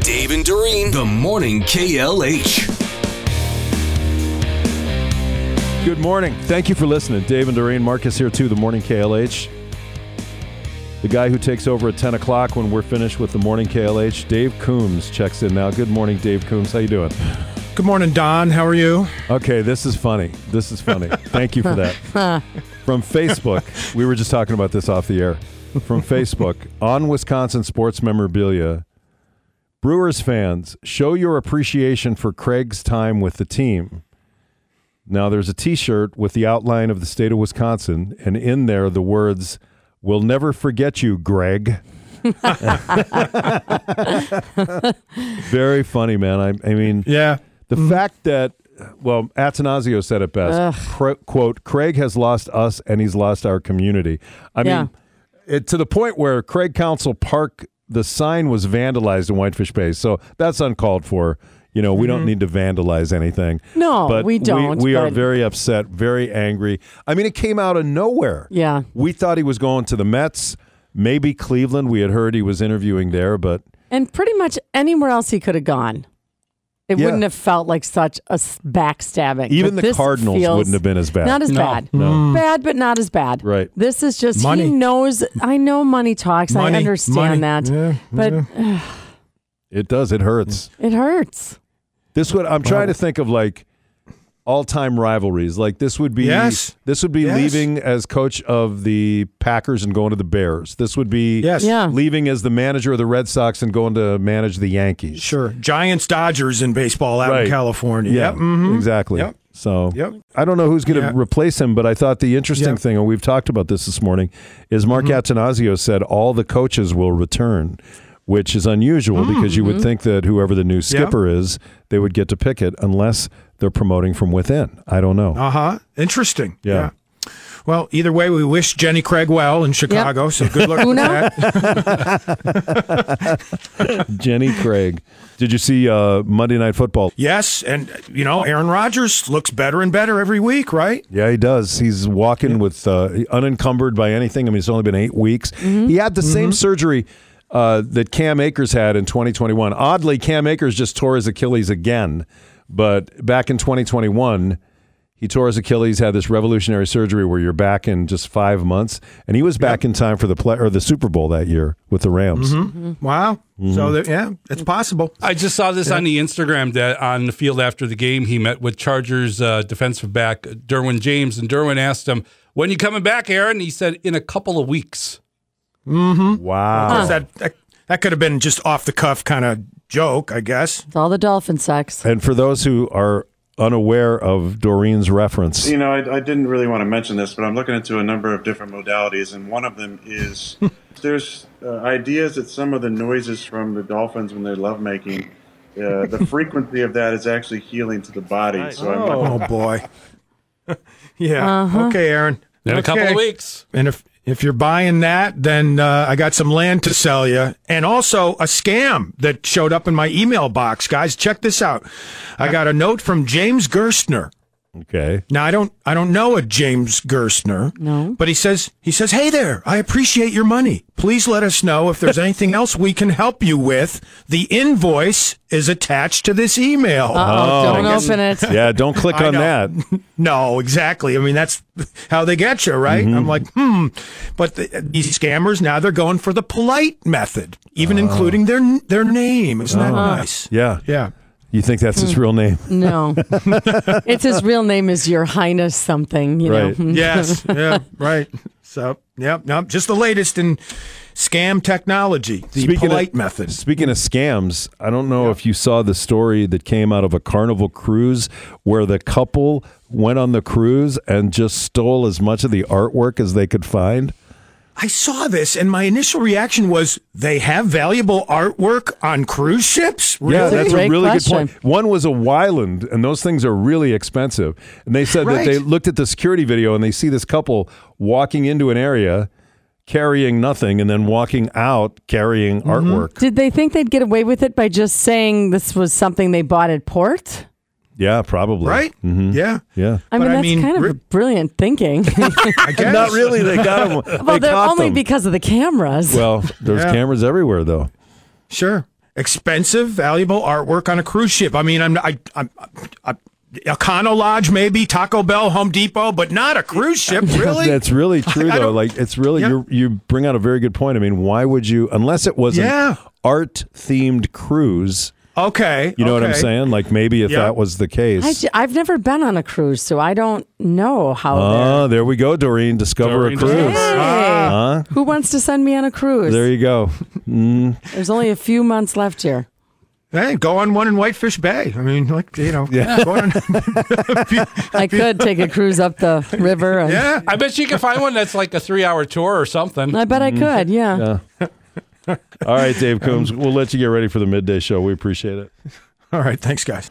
Dave and Doreen, the morning KLH. Good morning. Thank you for listening. Dave and Doreen Marcus here too, the morning KLH. The guy who takes over at 10 o'clock when we're finished with the morning KLH, Dave Coombs, checks in now. Good morning, Dave Coombs. How you doing? Good morning, Don. How are you? Okay, this is funny. This is funny. Thank you for that. From Facebook, we were just talking about this off the air. From Facebook, on Wisconsin sports memorabilia, Brewers fans, show your appreciation for Craig's time with the team. Now, there's a t shirt with the outline of the state of Wisconsin, and in there, the words, We'll never forget you, Greg. Very funny, man. I, I mean, Yeah. the Mm-hmm. fact that, well, Atanasio said it best. Cra- quote, Craig has lost us and he's lost our community. I Yeah. mean, it, to the point where Craig Council Park, the sign was vandalized in Whitefish Bay. So that's uncalled for. You know, we don't need to vandalize anything. Mm-hmm. No, but we don't, We, are but- very upset, very angry. I mean, it came out of nowhere. Yeah. We thought he was going to the Mets, maybe Cleveland. We had heard he was interviewing there, but And pretty much anywhere else he could have gone, it Yeah. wouldn't have felt like such a s- backstabbing. Even But the this Cardinals feels wouldn't have been as bad. Not as No. Mm. bad. No. Bad, but not as bad. Right. This is just Money. he knows. I know money talks. Money, I understand money. that, Yeah, but it does. It hurts. it hurts. This would I'm trying to think of like all-time rivalries. Like this would be Yes. this would be Yes. leaving as coach of the Packers and going to the Bears. This would be Yes. Yeah. leaving as the manager of the Red Sox and going to manage the Yankees. Sure. Giants Dodgers in baseball out Right. in California. Yeah, Yep. Mhm. exactly. Yep. So Yep. mm-hmm. I don't know who's going to Yeah. replace him, but I thought the interesting Yep. thing, and we've talked about this this morning, is Mark Attanasio said all the coaches will return, which is unusual because you would think that whoever the new skipper is, they would get to pick it unless they're promoting from within. I don't know. Uh huh. Interesting. Yeah. Well, either way, we wish Jenny Craig well in Chicago. So good luck with that. Jenny Craig. Did you see uh, Monday Night Football? Yes, and you know Aaron Rodgers looks better and better every week, right? Yeah, he does. He's walking with uh, unencumbered by anything. I mean, it's only been eight weeks. Mm-hmm. He had the same surgery uh, that Cam Akers had in 2021. Oddly, Cam Akers just tore his Achilles again, but back in 2021, he tore his Achilles. Had this revolutionary surgery where you're back in just five months, and he was back in time for the play or the Super Bowl that year with the Rams. Mm-hmm. Wow. So that, yeah, it's possible. I just saw this on the Instagram that on the field after the game, he met with Chargers uh, defensive back Derwin James, and Derwin asked him, "When you coming back, Aaron?" He said, "In a couple of weeks." Wow. That, that that could have been just off the cuff kind of joke, I guess. It's all the dolphin sex. And for those who are unaware of Doreen's reference, You know, I, I didn't really want to mention this, but I'm looking into a number of different modalities, and one of them is there's uh, ideas that some of the noises from the dolphins when they're lovemaking, uh, the frequency of that is actually healing to the body. So I'm Oh boy. yeah. Okay, Aaron. In a couple Okay. of weeks. And if if you're buying that, then uh, I got some land to sell you, and also a scam that showed up in my email box. Guys, check this out. I got a note from James Gerstner. okay. Now I don't I don't know a James Gerstner. No. But he says he says, "Hey there, I appreciate your money. Please let us know if there's anything else we can help you with. The invoice is attached to this email." Oh, don't I guess- open it. Yeah, don't click I on know. that. No, exactly. I mean, that's how they get you, right? Mm-hmm. I'm like, hmm. But the, these scammers now they're going for the polite method, even Oh. including their their name. Isn't that nice? Yeah. Yeah. You think that's his real name? No, it's his real name is Your Highness something. You Right. hmm. know. Yes. yeah. Right. So, yep. Nope. Just the latest in scam technology, the polite of, method. Speaking of scams, I don't know if you saw the story that came out of a carnival cruise where the couple went on the cruise and just stole as much of the artwork as they could find. I saw this, and my initial reaction was, they have valuable artwork on cruise ships. Really? Yeah, that's a Great really question. good point. One was a Wyland, and those things are really expensive. And they said that Right. they looked at the security video and they see this couple walking into an area carrying nothing and then walking out carrying artwork. Did they think they'd get away with it by just saying this was something they bought at port? Yeah, probably. Mm, right. Mm-hmm. Yeah. Yeah. I But mean, I that's mean, kind of re- brilliant thinking. I guess. Not really. They got them. well, they they're caught only them. because of the cameras. Well, there's Yeah. cameras everywhere, though. Sure. expensive, valuable artwork on a cruise ship. I mean, I'm I, I'm, I, Econo Lodge, maybe Taco Bell, Home Depot, but not a cruise ship, really. That's really true, I though. don't- Like, it's really Yeah. you. You bring out a very good point. I mean, why would you, unless it was Yeah. an art themed cruise? okay, You know what I'm okay. saying? Like, maybe if Yeah. that was the case. I, have never been on a cruise, so I don't know how. Ah, there we go, Doreen. Discover Doreen a cruise. they're- Hey! Huh? Who wants to send me on a cruise? There you go. There's only a few months left here. Uh-huh. Hey, go on one in Whitefish Bay. I mean, like you know, yeah. Go on, I could take a cruise up the river. and- yeah. I bet you can find one that's like a three hour tour or something. I bet I Mm-hmm. could. Yeah. All right, Dave Coombs. We'll let you get ready for the midday show. We appreciate it. All right, thanks, guys.